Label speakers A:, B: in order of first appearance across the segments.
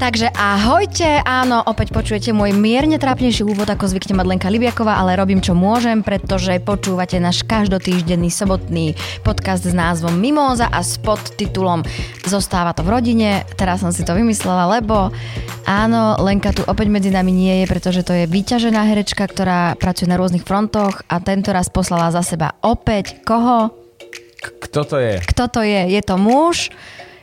A: Takže ahojte, áno, opäť počujete môj mierne trápnejší úvod, ako zvykne Madlenka Libiaková, ale robím čo môžem, pretože počúvate náš každotýždenný sobotný podcast s názvom Mimóza a s podtitulom Zostáva to v rodine. Teraz som si to vymyslela, lebo áno, Lenka tu opäť medzi nami nie je, pretože to je vyťažená herečka, ktorá pracuje na rôznych frontoch a tento raz poslala za seba opäť koho?
B: K- kto to je?
A: Kto to je? Je to muž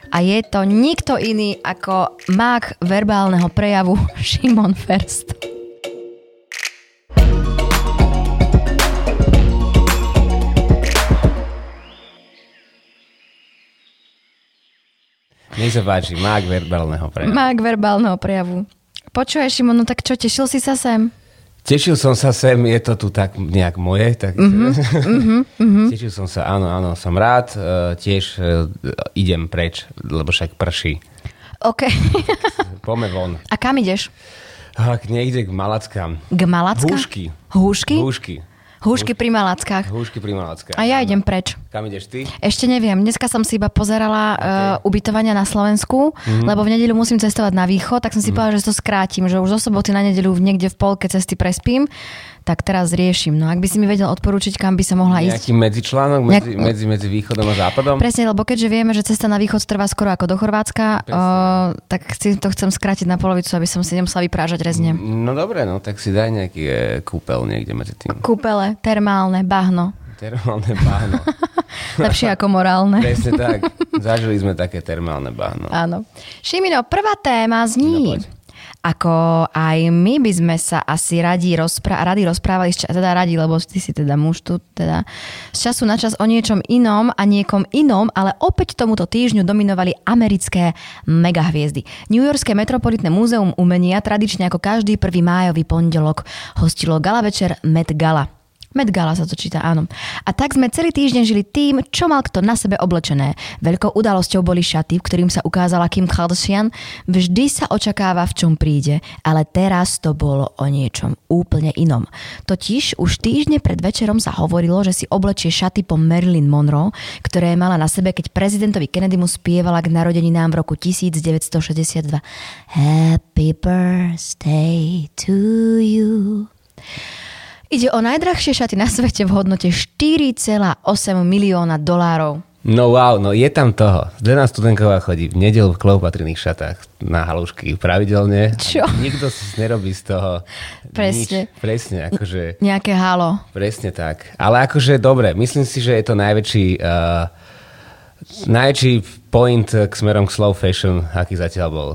A: a je to nikto iný ako mák verbálneho prejavu Šimon First.
B: Nech sa páči, mák verbálneho prejavu.
A: Mák verbálneho prejavu. Počuješ, Šimon, no tak čo, tešil si sa sem?
B: Tešil som sa sem, je to tu tak nejak moje, tak
A: Mhm,
B: tešil som sa, áno, áno, som rád, e, tiež e, idem preč, lebo však prší.
A: OK.
B: Pome von.
A: A kam ideš?
B: Ak niekde k Malackám.
A: K Malacka?
B: Húšky.
A: Húšky?
B: Húšky.
A: Húšky pri Malackách.
B: Húšky pri Malackách.
A: A ja
B: áno.
A: idem preč.
B: Kam ideš ty?
A: Ešte neviem, dneska som si iba pozerala okay. uh, ubytovania na Slovensku, mm-hmm. lebo v nedeľu musím cestovať na východ, tak som si mm-hmm. povedala, že to skrátim, že už zo soboty na nedeľu niekde v polke cesty prespím, tak teraz riešim. No ak by si mi vedel odporúčiť, kam by som mohla ísť.
B: Nejaký medzičlánok medzi,
A: Nejak-
B: medzi, medzi východom a západom?
A: Presne, lebo keďže vieme, že cesta na východ trvá skoro ako do Chorvátska, uh, tak si to chcem skrátiť na polovicu, aby som si nemusela vyprážať rezne.
B: No dobre, no tak si daj nejaký e, kúpel niekde medzi tým.
A: Kúpele, termálne, bahno.
B: Termálne bahno.
A: Lepšie ako morálne.
B: Presne tak. Zažili sme také termálne bahno.
A: Áno. Šimino, prvá téma zní,
B: No, poď.
A: ako aj my by sme sa asi radi, rozpra- radi rozprávali, z ča- teda radi, lebo ty si teda muž tu, teda z času na čas o niečom inom a niekom inom, ale opäť tomuto týždňu dominovali americké megahviezdy. New Yorkské metropolitné múzeum umenia tradične ako každý prvý májový pondelok hostilo gala večer Met Gala. Met Gala sa to číta, áno. A tak sme celý týždeň žili tým, čo mal kto na sebe oblečené. Veľkou udalosťou boli šaty, v ktorým sa ukázala Kim Kardashian. Vždy sa očakáva, v čom príde, ale teraz to bolo o niečom úplne inom. Totiž už týždne pred večerom sa hovorilo, že si oblečie šaty po Marilyn Monroe, ktoré mala na sebe, keď prezidentovi Kennedymu spievala k narodeninám v roku 1962. Happy birthday to you. Ide o najdrahšie šaty na svete v hodnote 4,8 milióna dolárov.
B: No wow, no je tam toho. Zdena Studenková chodí v nedelu v kloupatrinných šatách na halušky pravidelne.
A: Čo?
B: Nikto si nerobí z toho
A: Presne.
B: nič. Presne, akože,
A: Nejaké halo.
B: presne tak. Ale akože dobre, myslím si, že je to najväčší, uh, najväčší point k smerom k slow fashion, aký zatiaľ bol.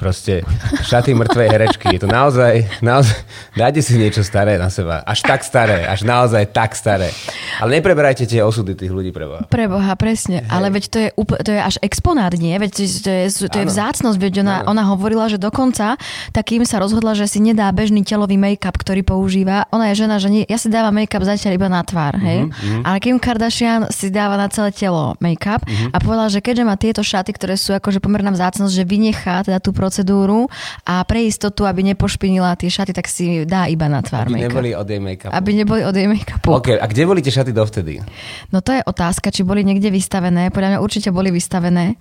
B: Proste šaty mŕtvej herečky. Je to naozaj, naozaj, dajte si niečo staré na seba. Až tak staré, až naozaj tak staré. Ale nepreberajte tie osudy tých ľudí pre Boha.
A: Preboha, presne. Hej. Ale veď to je, úpl- to je až exponát, nie? Veď to to je, to je
B: Áno.
A: vzácnosť. Veď ona,
B: Áno.
A: ona hovorila, že dokonca takým sa rozhodla, že si nedá bežný telový make-up, ktorý používa. Ona je žena, že nie, ja si dávam make-up zatiaľ iba na tvár, hej?
B: Mhm,
A: Mm-hmm. Ale Kim Kardashian si dáva na celé telo make-up
B: Mhm.
A: mm-hmm. a povedala, že keďže má tieto šaty, ktoré sú akože pomerná vzácnosť, že vynechá teda tú procedúru a pre istotu, aby nepošpinila tie šaty, tak si dá iba na tvár
B: Aby
A: make-up.
B: neboli od jej make-upu.
A: Aby neboli od jej make-upu.
B: OK, a kde boli tie šaty dovtedy?
A: No to je otázka, či boli niekde vystavené. Podľa mňa určite boli vystavené.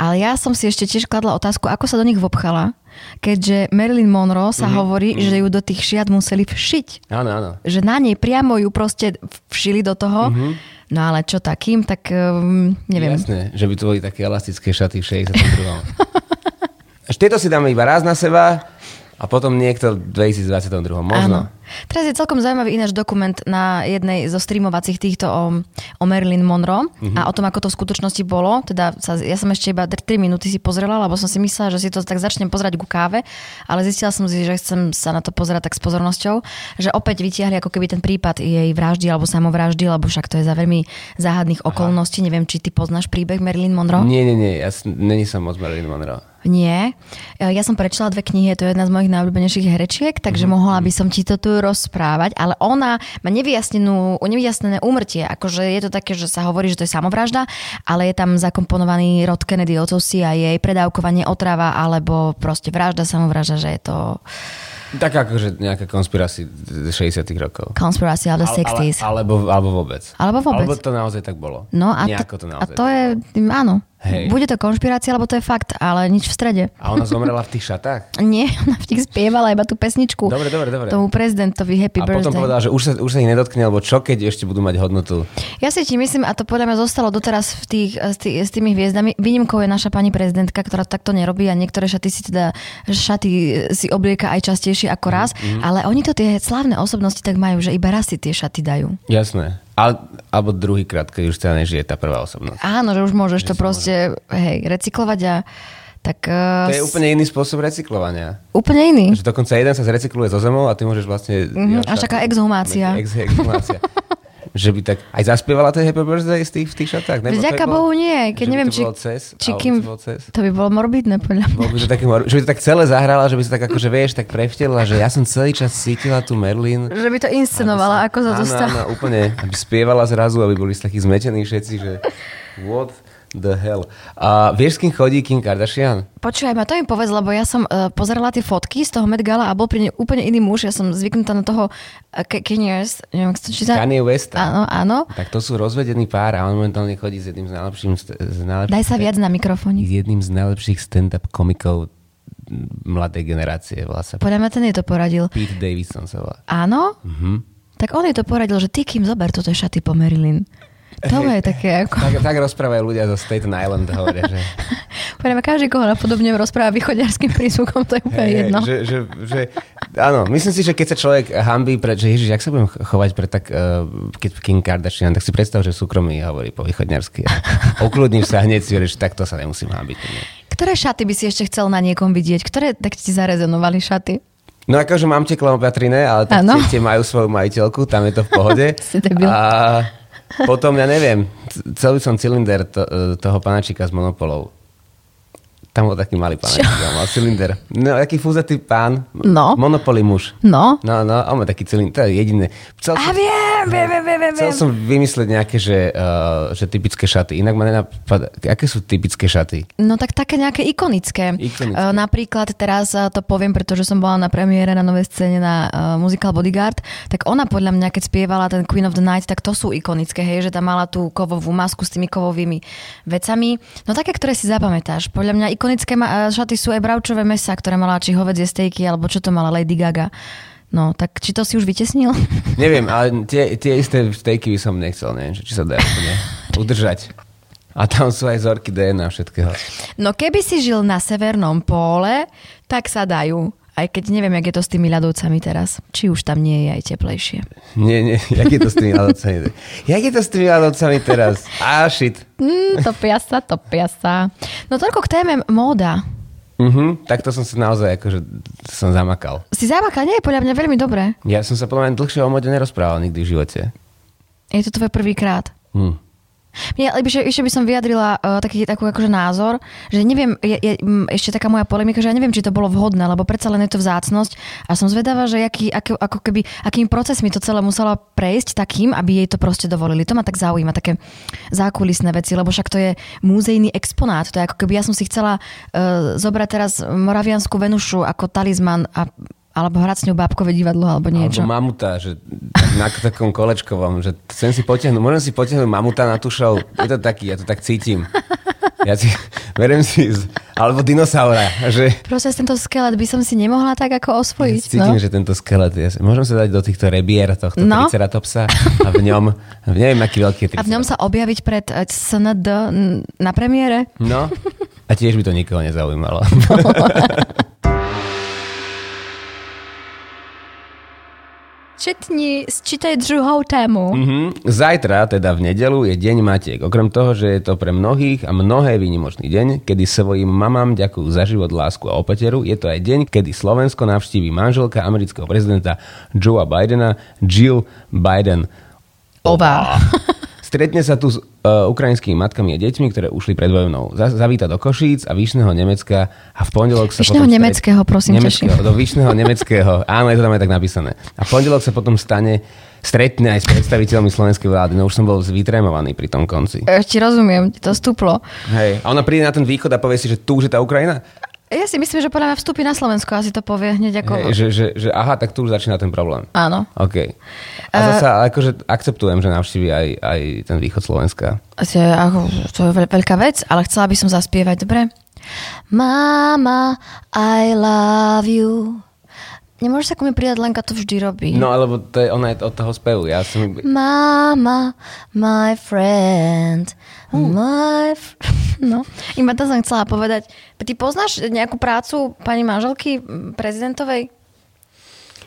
A: Ale ja som si ešte tiež kladla otázku, ako sa do nich vopchala, keďže Marilyn Monroe sa mm-hmm. hovorí, mm-hmm. že ju do tých šiat museli všiť.
B: Áno, áno.
A: Že na nej priamo ju proste všili do toho. Mm-hmm. No ale čo takým, tak um, neviem. Yes.
B: Jasné, že by to boli také elastické šaty v 62. Až tieto si dáme iba raz na seba a potom niekto v 2022. Možno.
A: Teraz je celkom zaujímavý ináč dokument na jednej zo streamovacích týchto o, o Marilyn Monroe mm-hmm. a o tom, ako to v skutočnosti bolo. Teda sa, ja som ešte iba 3 minúty si pozrela, lebo som si myslela, že si to tak začnem pozerať ku káve, ale zistila som si, že chcem sa na to pozerať tak s pozornosťou, že opäť vytiahli ako keby ten prípad jej vraždy alebo samovraždy, lebo však to je za veľmi záhadných okolností. Neviem, či ty poznáš príbeh Marilyn Monroe.
B: Nie, nie, nie, ja s- není som moc Marilyn Monroe.
A: Nie. E, Ja som prečítala dve knihy, je to jedna z mojich najobľúbenejších herečiek,
B: Mhm.
A: takže mohla by som ti to tu rozprávať, ale ona má nevyjasnenú, nevyjasnené úmrtie, akože je to také, že sa hovorí, že to je samovražda, ale je tam zakomponovaný rod Kennedy, otcov si a jej predávkovanie otrava, alebo proste vražda, samovražda, že je to
B: Tak akože nejaká konspirácia z 60 rokov.
A: conspiracy of the 60s.
B: Ale, alebo, alebo vôbec.
A: Alebo vôbec.
B: Alebo to naozaj tak bolo.
A: No a,
B: Nejako
A: to, a
B: to naozaj.
A: to je, áno,
B: Hej.
A: Bude to konšpirácia, alebo to je fakt, ale nič v strede.
B: A ona zomrela v tých šatách?
A: Nie, ona v tých spievala iba tú pesničku.
B: Dobre, dobre, dobre.
A: Tomu prezidentovi Happy
B: a
A: Birthday.
B: potom povedal, že už sa, už sa ich nedotkne, lebo čo keď ešte budú mať hodnotu?
A: Ja si ti myslím, a to podľa mňa zostalo doteraz v tých, eh, s, tý, s tými hviezdami, výnimkou je naša pani prezidentka, ktorá to takto nerobí a niektoré šaty si teda, šaty si oblieka aj častejšie
B: Mhm,
A: ako raz, mm-hmm. ale oni to tie slávne osobnosti tak majú, že iba raz si tie šaty dajú.
B: Jasné. Ale, alebo druhýkrát, keď už teda nežije tá prvá osobnosť.
A: Áno, že už môžeš to proste hej, recyklovať a tak...
B: To
A: Uh,
B: je úplne iný spôsob recyklovania.
A: úplne iný.
B: Že dokonca jeden sa zrecykluje zo zemou a ty môžeš vlastne...
A: Mhm,
B: jeho
A: až
B: šatu-
A: taká exhumácia.
B: Ex, exhumácia. že by tak... Aj zaspievala to Happy Birthday z tých, v tých šatách? Nebo to
A: Vďaka Bohu
B: bolo-
A: nie, keď
B: že by
A: neviem,
B: to
A: či,
B: bolo cez,
A: či
B: alebo
A: kým...
B: to bolo cez.
A: To by bolo morbidné, podľa mňa.
B: Bolo by to také, mor- že by to tak celé zahrala, že by sa tak akože, vieš, tak prevtelila, že ja som celý čas cítila tú Merlin.
A: Že by to inscenovala, ako sa
B: áno,
A: zostala.
B: Áno, úplne. Aby spievala zrazu, aby boli takí zmetení všetci, že what the hell. A vieš, s kým chodí Kim Kardashian?
A: Počúvaj ma, to mi povedz, lebo ja som uh, pozerala tie fotky z toho Met Gala a bol pri nej úplne iný muž. Ja som zvyknutá na toho uh, K- Kanye West, neviem, ako sa to číta.
B: Kanye West.
A: Áno, áno.
B: Tak to sú rozvedený pár a on momentálne chodí s jedným z najlepším, st- z najlepších,
A: Daj sa viac na mikrofón.
B: s jedným z najlepších stand-up komikov mladej generácie. Volá sa
A: Podľa mňa ten jej to poradil.
B: Pete Davidson sa volá.
A: Áno? Mm-hmm.
B: Mhm.
A: Tak on jej to poradil, že ty kým zober toto šaty po Marilyn. To je také ako...
B: Tak, tak rozprávajú ľudia zo Staten Island, hovoria, že...
A: Podľa mňa každý, koho napodobne rozpráva východňarským prízvukom, to je úplne
B: Hej,
A: jedno.
B: Že, že, že, áno, myslím si, že keď sa človek hambí, pre, že ježiš, jak sa budem chovať pre tak, uh, keď Kim Kardashian, tak si predstav, že súkromí hovorí po východňarsky. Ukludním sa hneď si hovoríš, tak to sa nemusím hambiť.
A: Ktoré šaty by si ešte chcel na niekom vidieť? Ktoré tak ti zarezonovali šaty?
B: No akože mám tie klopatrine, ale tak
A: Áno.
B: tie, tie majú svoju majiteľku, tam je to v pohode.
A: Si debil.
B: A potom, ja neviem, c- celý som cylinder to, e, toho panačika s monopolou. Tam bol taký malý panačik, mal cylinder. No, taký fúzatý pán,
A: No.
B: monopoly muž.
A: No.
B: No, no, on má taký cylinder, to je jediné.
A: A
B: Chcel som,
A: viem, viem, viem, viem, viem.
B: chcel som vymyslieť nejaké, že, uh, že typické šaty. Inak ma nenapadá, aké sú typické šaty?
A: No tak také nejaké ikonické.
B: Ikonické.
A: E, Napríklad teraz e, to poviem, pretože som bola na premiére na novej scéne na uh, muzikál Bodyguard, tak ona podľa mňa, keď spievala ten Queen of the Night, tak to sú ikonické, hej, že tam mala tú kovovú masku s tými kovovými vecami. No také, ktoré si zapamätáš. Podľa mňa ikonické ma- e, šaty sú aj bravčové mesa, ktoré mala či hovedzie stejky, alebo čo to mala Lady Gaga. No, tak či to si už vytesnil?
B: Neviem, ale tie, tie isté stejky by som nechcel, neviem, že či sa dá úplne udržať. A tam sú aj zorky DNA a všetkého.
A: No keby si žil na severnom póle, tak sa dajú. Aj keď neviem, jak je to s tými ľadovcami teraz. Či už tam nie je aj teplejšie.
B: Nie, nie, jak je to s tými ľadovcami? Jak je to s tými ľadovcami teraz? Ah, shit.
A: Mm, topia sa, topia sa. No toľko k téme móda.
B: Mhm, tak to som sa naozaj, akože som zamakal.
A: Si zábaka, nie je podľa mňa veľmi dobré.
B: Ja som sa podľa mňa dlhšie o mode nerozprával nikdy v živote.
A: Je to tvoj prvýkrát.
B: Hm.
A: Mne, ale ešte, ešte by som vyjadrila uh, taký takú, akože názor, že neviem, je, je, mm, ešte taká moja polemika, že ja neviem, či to bolo vhodné, lebo predsa len je to vzácnosť a som zvedavá, že aký, ako, ako keby, akým procesmi to celé muselo prejsť takým, aby jej to proste dovolili. To ma tak zaujíma, také zákulisné veci, lebo však to je múzejný exponát. To je ako keby ja som si chcela uh, zobrať teraz Moravianskú Venušu ako talizman a, alebo hrať s ňou bábkové divadlo alebo niečo.
B: Alebo mamuta, že na takom kolečkovom, že chcem si potiahnuť, môžem si potiahnuť mamuta na tú show. Je to taký, ja to tak cítim. Ja si, berem si, z, alebo dinosaura, že
A: Proste tento skelet by som si nemohla tak ako osvojiť. no?
B: cítim, že tento skelet, ja si, môžem sa dať do týchto rebier tohto
A: No.
B: no. triceratopsa a v ňom, v neviem, aký veľký je
A: A v ňom
B: triceratops.
A: sa objaviť pred eh, SND n- na premiére?
B: No, a tiež by to nikoho nezaujímalo.
A: Četni, sčítaj druhou tému.
B: Mhm. Zajtra, teda v nedelu, je Deň Matiek. Okrem toho, že je to pre mnohých a mnohé výnimočný deň, kedy svojim mamám ďakujú za život, lásku a opeteru, je to aj deň, kedy Slovensko navštíví manželka amerického prezidenta Joea Bidena, Jill Biden.
A: Oba.
B: Stretne sa tu s e, ukrajinskými matkami a deťmi, ktoré ušli pred vojnou. Za- Zavíta do Košíc a Výšneho Nemecka a v pondelok sa
A: Vyšného
B: potom stret-
A: Nemeckého, prosím,
B: nemeckého, do Výšneho Nemeckého. Áno, je to tam aj tak napísané. A v pondelok sa potom stane stretne aj s predstaviteľmi slovenskej vlády. No už som bol vytrémovaný pri tom konci.
A: Ešte rozumiem, ti to stúplo.
B: Hej. A ona príde na ten východ a povie si, že tu už je tá Ukrajina?
A: Ja si myslím, že podľa mňa vstúpi na Slovensko asi to povie hneď ako...
B: Hej, že, že, že, aha, tak tu už začína ten problém.
A: Áno.
B: OK. A
A: E-
B: zase akože akceptujem, že navštívi aj, aj ten východ Slovenska.
A: To je, eh, ako, to je veľ- veľká vec, ale chcela by som zaspievať, dobre? Mama, I love you. Nemôžeš sa ku mne pridať, Lenka to vždy robí.
B: No, alebo to je, ona je od toho spevu. Ja som...
A: Mama, my friend, Hm. my... Fr- no, iba to som chcela povedať. Ty poznáš nejakú prácu pani manželky mm, prezidentovej?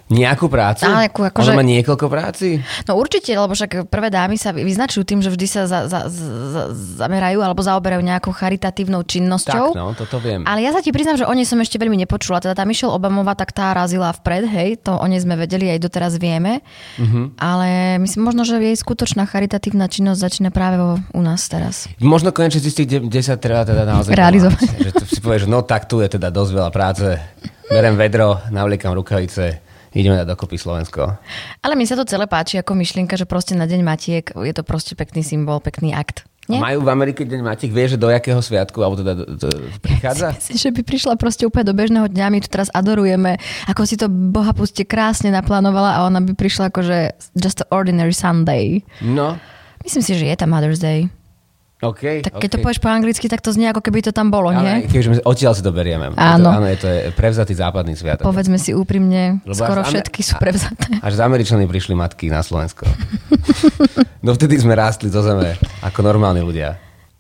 B: Nejakú prácu?
A: Á, nejakú, akože-
B: Ona má niekoľko práci?
A: No určite, lebo však prvé dámy sa vy- vyznačujú tým, že vždy sa za, za, za, zamerajú alebo zaoberajú nejakou charitatívnou činnosťou.
B: Tak, no, toto viem.
A: Ale ja sa ti priznám, že o nej som ešte veľmi nepočula. Teda tá Michelle Obamová, tak tá razila vpred, hej, to o nej sme vedeli, aj doteraz vieme. Mm-hmm.
B: Mhm.
A: Ale myslím, možno, že jej skutočná charitatívna činnosť začína práve vo, u nás teraz.
B: Možno konečne zistiť, kde, kde sa treba teda naozaj
A: Realizovať.
B: pomáhať. Že to si povieš, no tak tu je teda dosť veľa práce. Berem vedro, navliekam rukavice, ideme na dokopy Slovensko.
A: Ale mi sa to celé páči ako myšlienka, že proste na Deň Matiek je to proste pekný symbol, pekný akt. Nie?
B: Majú v Amerike deň Matík, vieš, že do jakého sviatku, alebo teda do, do, prichádza?
A: Myslím, že by prišla proste úplne do bežného dňa, my tu teraz adorujeme, ako si to Boha puste krásne naplánovala a ona by prišla akože just an ordinary Sunday.
B: No,
A: Myslím si, že je tam Mother's Day.
B: OK.
A: Tak keď
B: OK.
A: to povieš po anglicky, tak to znie ako keby to tam bolo, nie?
B: Ale keďže my- odtiaľ si to berieme.
A: Áno.
B: Je to, áno, je to je prevzatý západný sviatok.
A: Povedzme si úprimne,
B: Lebo
A: skoro
B: až Amer-
A: všetky sú prevzaté.
B: Až z Američany prišli matky na Slovensko. no vtedy sme rástli do zeme, ako normálni ľudia.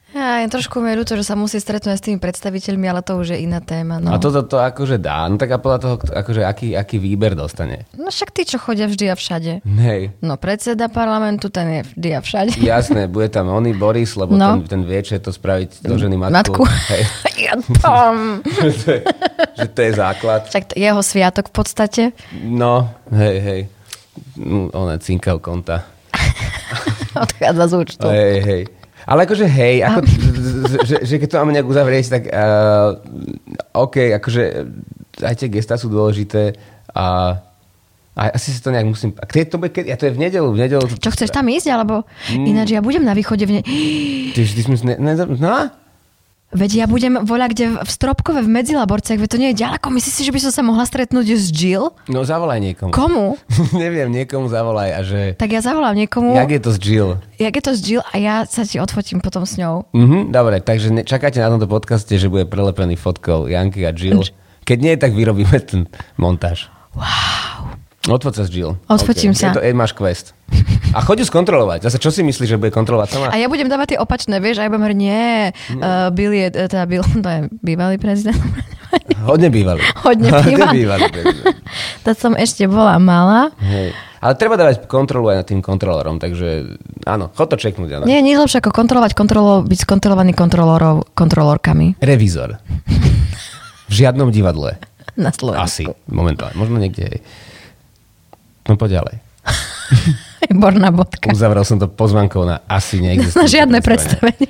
A: Ja, je trošku mi je ľúto, že sa musí stretnúť aj s tými predstaviteľmi, ale to už je iná téma. No.
B: A toto to akože dá. No tak a podľa toho, kto- akože aký, aký výber dostane.
A: no však tí, čo chodia vždy a všade.
B: Hej.
A: No predseda parlamentu, ten je vždy a všade.
B: Jasné, bude tam oný Boris, lebo
A: No.
B: no. ten, ten vie, čo je to spraviť do ženy matku.
A: Matku.
B: Hej.
A: ja tam.
B: to je, že to je základ.
A: Však to- jeho sviatok v podstate.
B: No, hej, hej. Mm, Ona cinkav konta.
A: Odchádza z účtu.
B: Hej, hej. Ale akože hej, ako, že, že keď to máme nejak uzavrieť, tak uh, OK, akože aj tie gesta sú dôležité a, a asi si to nejak musím... A keď to bude, keď, ja to je v nedelu, v nedelu...
A: Čo, chceš tam ísť? Alebo
B: Mm.
A: ináč ja budem na východe v ne...
B: Ty, ty sme... Ne, ne, no?
A: Veď ja budem voľa kde v Stropkove v Medzilaborciach, veď to nie je ďaleko. Myslíš si, že by som sa mohla stretnúť s Jill?
B: no zavolaj niekomu.
A: Komu?
B: Neviem, niekomu zavolaj a že...
A: Tak ja zavolám niekomu,
B: Jak je to s Jill?
A: jak je to s Jill a ja sa ti odfotím potom s ňou.
B: Mhm, dobre, takže ne, čakáte na tomto podcaste, že bude prelepený fotkou Janky a Jill. Keď nie, tak vyrobíme ten montáž. Wow. Odfot sa s Jill.
A: Odfotím
B: Ok,
A: sa.
B: Je to, je, máš quest. A choď ju skontrolovať. Zase, čo si myslíš, že bude kontrolovať sama?
A: A ja budem dávať tie opačné, vieš, a ja budem hovoriť, nie,
B: Mm.
A: uh, Bill je, eh, teda Bill, to je bývalý prezident.
B: Hodne bývalý.
A: Hodne bývalý.
B: bývalý. takže.
A: to som ešte bola malá.
B: Hej. Ale treba dávať kontrolu aj nad tým kontrolorom, takže áno, chod to čeknúť. Áno.
A: Nie, nie je lepšie ako kontrolovať kontrolov, byť skontrolovaný kontrolorov, kontrolorkami
B: Revizor. V žiadnom divadle.
A: na Slovensku.
B: Asi, momentálne. Možno niekde. hej. No poď ďalej.
A: Borná bodka.
B: Uzavrel som to pozvankou na asi neexistujúce.
A: Na žiadne predstavenie.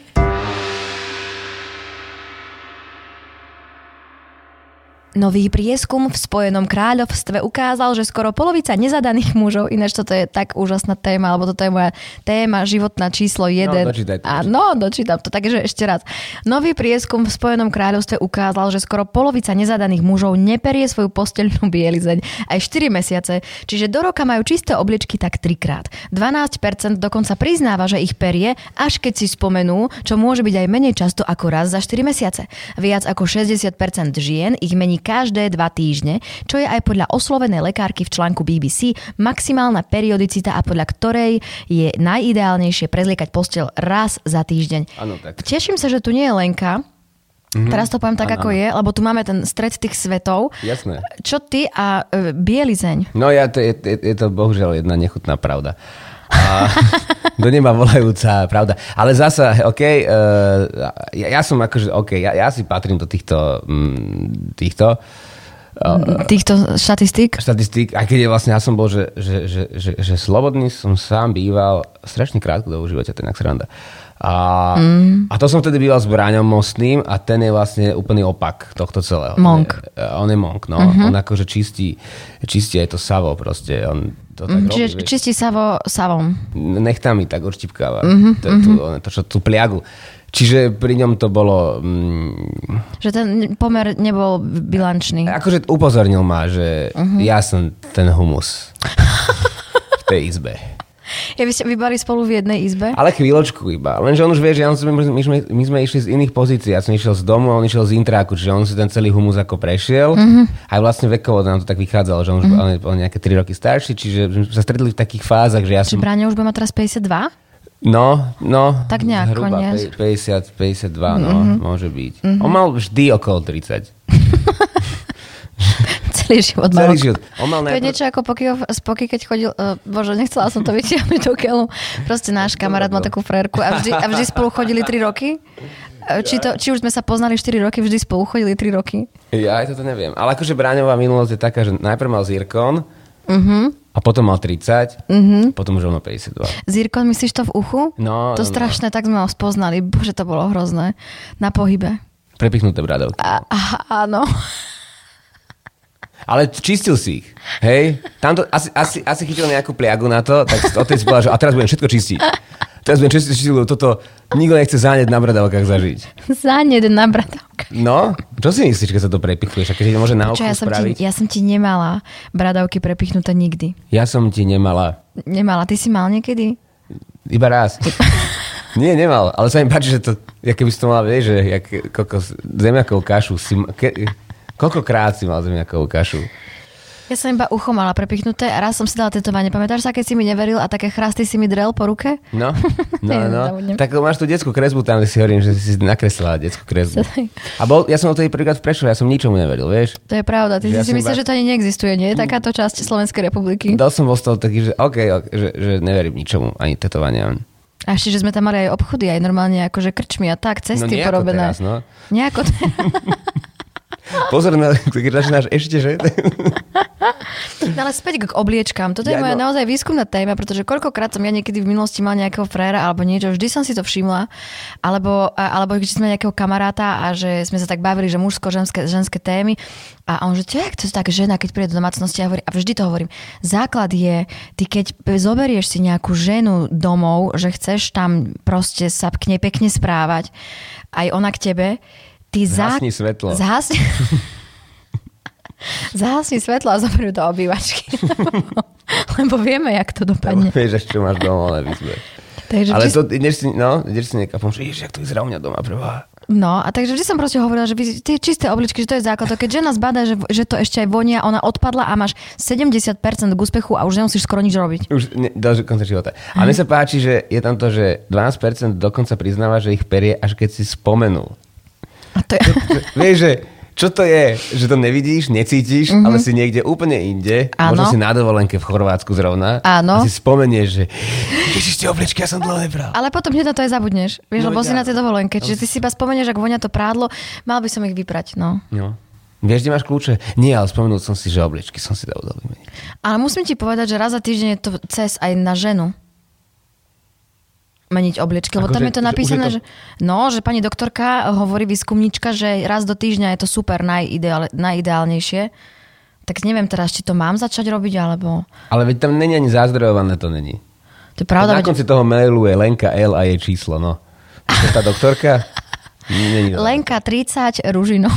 A: Nový prieskum v Spojenom kráľovstve ukázal, že skoro polovica nezadaných mužov, ináč toto je tak úžasná téma, alebo toto je moja téma životná číslo 1.
B: No, dočítaj to.
A: Áno, dočítam to, takže ešte raz. Nový prieskum v Spojenom kráľovstve ukázal, že skoro polovica nezadaných mužov neperie svoju posteľnú bielizeň aj 4 mesiace, čiže do roka majú čisté obličky tak trikrát. 12% dokonca priznáva, že ich perie, až keď si spomenú, čo môže byť aj menej často ako raz za 4 mesiace. Viac ako 60% žien ich mení každé 2 týždne, čo je aj podľa oslovenej lekárky v článku BBC maximálna periodicita a podľa ktorej je najideálnejšie prezliekať postel raz za týždeň.
B: Áno, tak. Mhm.
A: Teším sa, že tu nie je Lenka. Mm-hmm. Teraz to poviem tak,
B: Áno,
A: ako je, lebo tu máme ten stred tých svetov.
B: Jasné.
A: Čo ty a e, bielizeň?
B: No ja, to je, je, je to bohužiaľ jedna nechutná pravda. A do neba volajúca pravda. Ale zasa, OK, uh, ja, ja som akože, OK, ja, ja si patrím do týchto, mm, týchto
A: Týchto štatistík?
B: štatistík, aj keď je vlastne, ja som bol, že, že, že, že, že slobodný som sám býval strašne krátko do života, ten sranda. A, mm. a to som vtedy býval s Bráňom Mostným a ten je vlastne úplný opak tohto celého.
A: Monk.
B: On je, on je monk, no. Mm-hmm. On akože čistí, čistí aj to savo proste. On to tak
A: Mm,
B: robí,
A: Čiže
B: vieš
A: čistí savo savom.
B: nechtami tak odštipkáva. Mm-hmm, to, to, to, to, čo tú pliagu. Čiže pri ňom to bolo... Mm,
A: Že ten pomer nebol bilančný.
B: akože upozornil ma, že uh-huh. ja som ten humus v tej izbe.
A: Ja, vy ste vybali spolu v jednej izbe?
B: Ale chvíľočku iba. Lenže on už vie, že ja som, my, sme, my sme išli z iných pozícií. Ja som išiel z domu, on išiel z intráku, čiže on si ten celý humus ako prešiel. Mm-hmm. Aj vlastne vekovo nám to tak vychádzalo, že on už mm-hmm. bol, on je- bol nejaké 3 roky starší, čiže sme sa stretli v takých fázach, že ja
A: Či
B: som...
A: Braňo už bude mať teraz 52?
B: No, no.
A: Tak nejako,
B: Hruba
A: nie?
B: pej- 50, 52, no, mm-hmm. môže byť. Mm-hmm. On mal vždy okolo 30.
A: Celý život mal.
B: Celý život. On mal
A: To je
B: najprv...
A: niečo ako Pokyho, z Poky, keď chodil, uh, bože, nechcela som to vytiahnuť do keľu. Proste náš kamarát má takú frérku a vždy, a vždy spolu chodili 3 roky. Eh, Či, to, či už sme sa poznali 4 roky, vždy spolu chodili 3 roky.
B: Ja aj toto neviem. Ale akože Bráňová minulosť je taká, že najprv mal zirkon, mm-hmm. a potom mal 30, mm-hmm. potom už rovno 52.
A: Zírko, myslíš to v uchu?
B: No,
A: to
B: no, no.
A: strašné, tak sme ho spoznali. Bože, to bolo hrozné. Na pohybe.
B: Prepichnuté bradovky.
A: A, a, áno.
B: Ale čistil si ich, hej? Tamto, asi, asi, asi chytil nejakú pliagu na to, tak o tej si povedal, že a teraz budem všetko čistiť. Teraz budem čistiť, čistiť lebo toto nikto nechce záneť na bradavkách zažiť.
A: Zaned na bradavka.
B: No, čo si myslíš, keď sa to prepichuješ? A keď ti to môže na
A: Čo,
B: oku
A: ja som, ti,
B: spraviť?
A: ja som ti nemala bradavky prepichnuté nikdy.
B: Ja som ti nemala.
A: Nemala. Ty si mal niekedy?
B: Iba raz. Nie, nemal, ale sa mi páči, že to, ja keby si to mal, vieš, že jak, koľko, zemiakovú kašu si, ma- ke, koľkokrát si mal zemiakovú kašu?
A: Ja som iba ucho mala prepichnuté a raz som si dala tetovanie. Pamätáš sa, keď si mi neveril a také chrasty si mi drel po ruke?
B: No, no,
A: Ja
B: no.
A: zabudnem.
B: Tak máš tú detskú kresbu tam, kde si hovorím, že si nakreslila detskú kresbu. A bol, ja som o tej prvýkrát v Prešove, ja som ničomu neveril, vieš.
A: To je pravda. Ty
B: Že ja
A: si
B: som
A: myslíš,
B: iba- Mm.
A: že to ani neexistuje, nie? Takáto časť Slovenskej republiky.
B: Dal som bol z toho taký, že OK, ok, že, že neverím ničomu, ani No tetovaniam.
A: A ešte, že sme tam mali aj obchody, aj normálne akože krčmi a tak,
B: No
A: cesty
B: nejako
A: porobené.
B: teraz, no.
A: Nejako teraz.
B: Pozor na, keď začínaš ešte, že?
A: No ale späť k obliečkám. Toto je
B: Ja,
A: moja
B: no.
A: naozaj výskumná téma, pretože koľkokrát som ja niekedy v minulosti mal nejakého frajera alebo niečo, vždy som si to všimla, alebo, a- alebo keď sme nejakého kamaráta a že sme sa tak bavili, že mužsko-ženské ženské témy a on, že čo jak to tak žena, keď príde do domácnosti a hovorí, a vždy to hovorím, základ je, ty keď zoberieš si nejakú ženu domov, že chceš tam proste sa k nej pekne správať, aj ona k tebe, ty zák-
B: Zhasni svetlo.
A: Zhasni... Zhasni svetlo a zoberú do obývačky. Lebo vieme, jak to dopadne.
B: Vieš, až čo máš doma, ale vyzme.
A: Takže
B: Ale
A: vždy,
B: to, ideš si, no, ideš si niekam, pomôžeš, ježiš, jak to vyzerá u mňa doma, prvá.
A: No a takže vždy som proste hovorila, že vy- tie čisté obličky, že to je základ. To Keď žena zbada, že, že to ešte aj vonia, ona odpadla a máš 70% k úspechu a už nemusíš skoro nič robiť.
B: Už ne, do konca života. A
A: Hm.
B: mne sa páči, že je tam to, že 12% dokonca priznáva, že ich perie, až keď si spomenul.
A: A to je...
B: Že- Vieš, že čo to je, že to nevidíš, necítiš, mm-hmm. ale si niekde úplne inde,
A: Mhm. Áno.
B: možno si na dovolenke v Chorvátsku zrovna,
A: Áno.
B: a si spomenieš, že ježiš, tie obličky, ja som dlho nebral.
A: Ale potom hneď na to aj zabudneš. Vieš,
B: No,
A: lebo si na
B: veď
A: tej
B: áno.
A: dovolenke. Čiže ty si iba spomenieš, ak vonia to prádlo, mal by som ich vyprať. No.
B: No. Vieš, kde máš kľúče? Nie, ale spomenul som si, že obličky som si dal do vymeniť.
A: Ale musím ti povedať, že raz za týždeň je to cez aj na ženu meniť obliečky, lebo
B: Akože,
A: tam je to
B: že už je
A: napísané,
B: to-
A: že, no, že pani doktorka hovorí výskumníčka, že raz do týždňa je to super najideál, najideálnejšie. Tak neviem teraz, či to mám začať robiť, alebo...
B: Ale veď tam není ani zazdrojované, to není.
A: To je pravda, veď...
B: na konci toho mailu je Lenka L a jej číslo, no. Je to tá doktorka? Není to.
A: Lenka 30, Ružinov.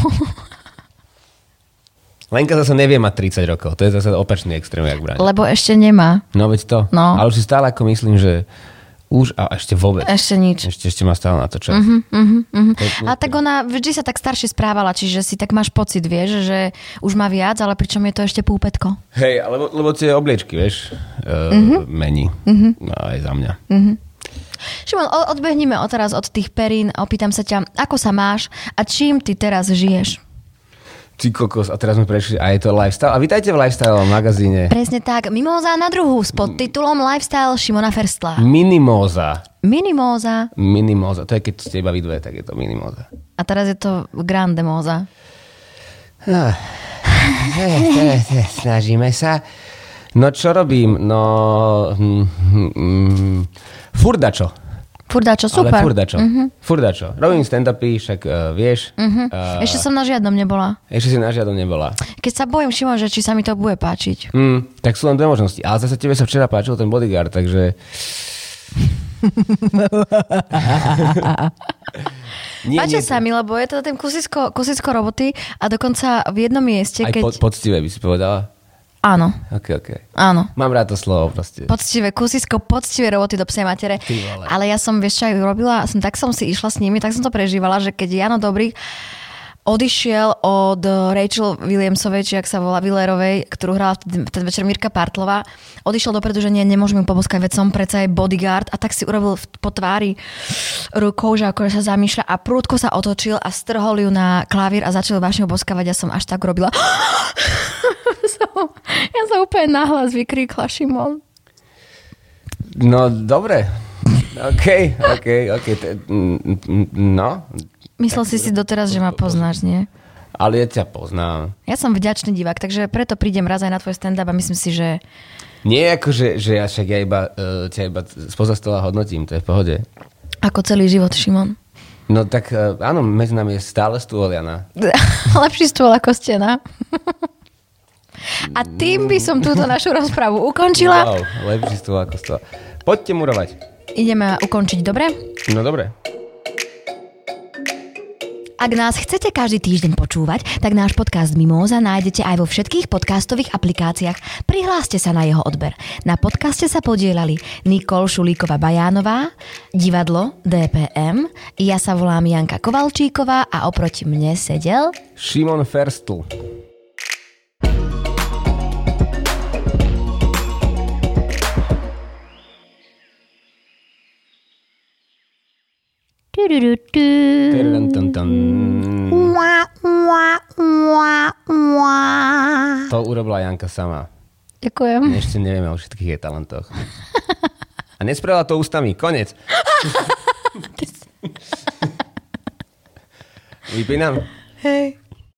B: Lenka zase nevie mať 30 rokov, to je zase opačný extrém, jak bráň.
A: lebo ešte nemá.
B: No veď to.
A: No.
B: Ale už si stále ako myslím, že už a ešte vôbec.
A: Ešte nič. Mhm.
B: Ešte, ešte má stále na to čas. Mm-hmm.
A: A tak ona vždy sa tak staršie správala, čiže si tak máš pocit, vieš, že už má viac, ale pričom je to ešte púpetko.
B: Hej, lebo, lebo tie obliečky, vieš, uh,
A: Mhm.
B: mm-hmm. mení. Mm-hmm. No, aj za mňa. Mm-hmm.
A: Šimon, o- odbehnime od teraz od tých perín a opýtam sa ťa, ako sa máš a čím ty teraz žiješ?
B: Ty kokos, a teraz sme prešli, a je to lifestyle. A vítajte v lifestyle magazíne.
A: Presne tak, Mimóza na druhú s podtitulom Lifestyle Šimona
B: Mm.
A: Ferstla.
B: Minimóza.
A: Minimóza
B: Minimóza. To je, keď ste iba vy dve, tak je to minimóza.
A: a teraz je to Grandemóza.
B: Snažíme sa. No čo robím? No... hm, hm, hm, Furdačo.
A: Furdačo, super. Mhm.
B: Ale furdačo. Mm-hmm. Furdačo. Robím stand-upy, však uh, vieš. Mm-hmm. Uh,
A: Ešte som na žiadnom nebola.
B: ešte si na žiadom nebola.
A: Keď sa bojím, Šimon, že či sa mi to bude páčiť.
B: Mm, tak sú len dve možnosti. Ale zase tebe sa včera páčil ten bodyguard, takže... Nie,
A: Páčil
B: nie,
A: sa mi, lebo je to ten kusisko, kusisko roboty a dokonca v jednom mieste,
B: Aj
A: keď...
B: pod, poctivé by si povedala?
A: Áno,
B: OK, OK.
A: áno.
B: Mám rád to slovo proste.
A: Poctivé kusisko, poctivé roboty do psej matere.
B: Ty vole.
A: Ale ja som, vieš čo, aj urobila, som, tak som si išla s nimi, tak som to prežívala, že keď Jano Dobrý odišiel od Rachel Williamsovej, či ak sa volá Willerovej, ktorú hrala v ten večer Mirka Partlova, odišiel dopredu, že nie, nemôžem ju poboskať, veď som predsa aj bodyguard a tak si urobil v- po tvári rukou, že akože sa zamýšľa a prúdko sa otočil a strhol ju na klavír a začal vášne boskavať. Ja som až tak robila. Som- ja som úplne nahlas vykríkla, Šimon.
B: No, dobre. OK, OK, OK. T- m- m- no,
A: Myslel si si doteraz, že ma poznáš, nie?
B: ale ja ťa poznám.
A: Ja som vďačný divák, takže preto prídem raz aj na tvoj stand-up a myslím si, že
B: Nie ako, že, že ja však ja iba, uh, ťa iba spoza stola hodnotím, to je v pohode.
A: ako celý život, Šimon.
B: No tak uh, áno, medzi nami je stále stôl, Jana.
A: Lepší stôl ako stena. a tým by som túto našu rozpravu ukončila.
B: Wow, lepší stôl ako stôl. Poďte murovať.
A: Ideme ukončiť, dobre?
B: No dobre.
A: Ak nás chcete každý týždeň počúvať, tak náš podcast Mimóza nájdete aj vo všetkých podcastových aplikáciách. Prihláste sa na jeho odber. Na podcaste sa podielali Nikol Šulíková Bajánová, divadlo DPM, ja sa volám Janka Kovalčíková a oproti mne sedel...
B: Šimon Ferstl. Terrantantan. To urobila Janka sama.
A: Ďakujem.
B: Ešte nevieme o všetkých jej talentoch. A nespravila to ústami. Konec. Vypínam.
A: Hej.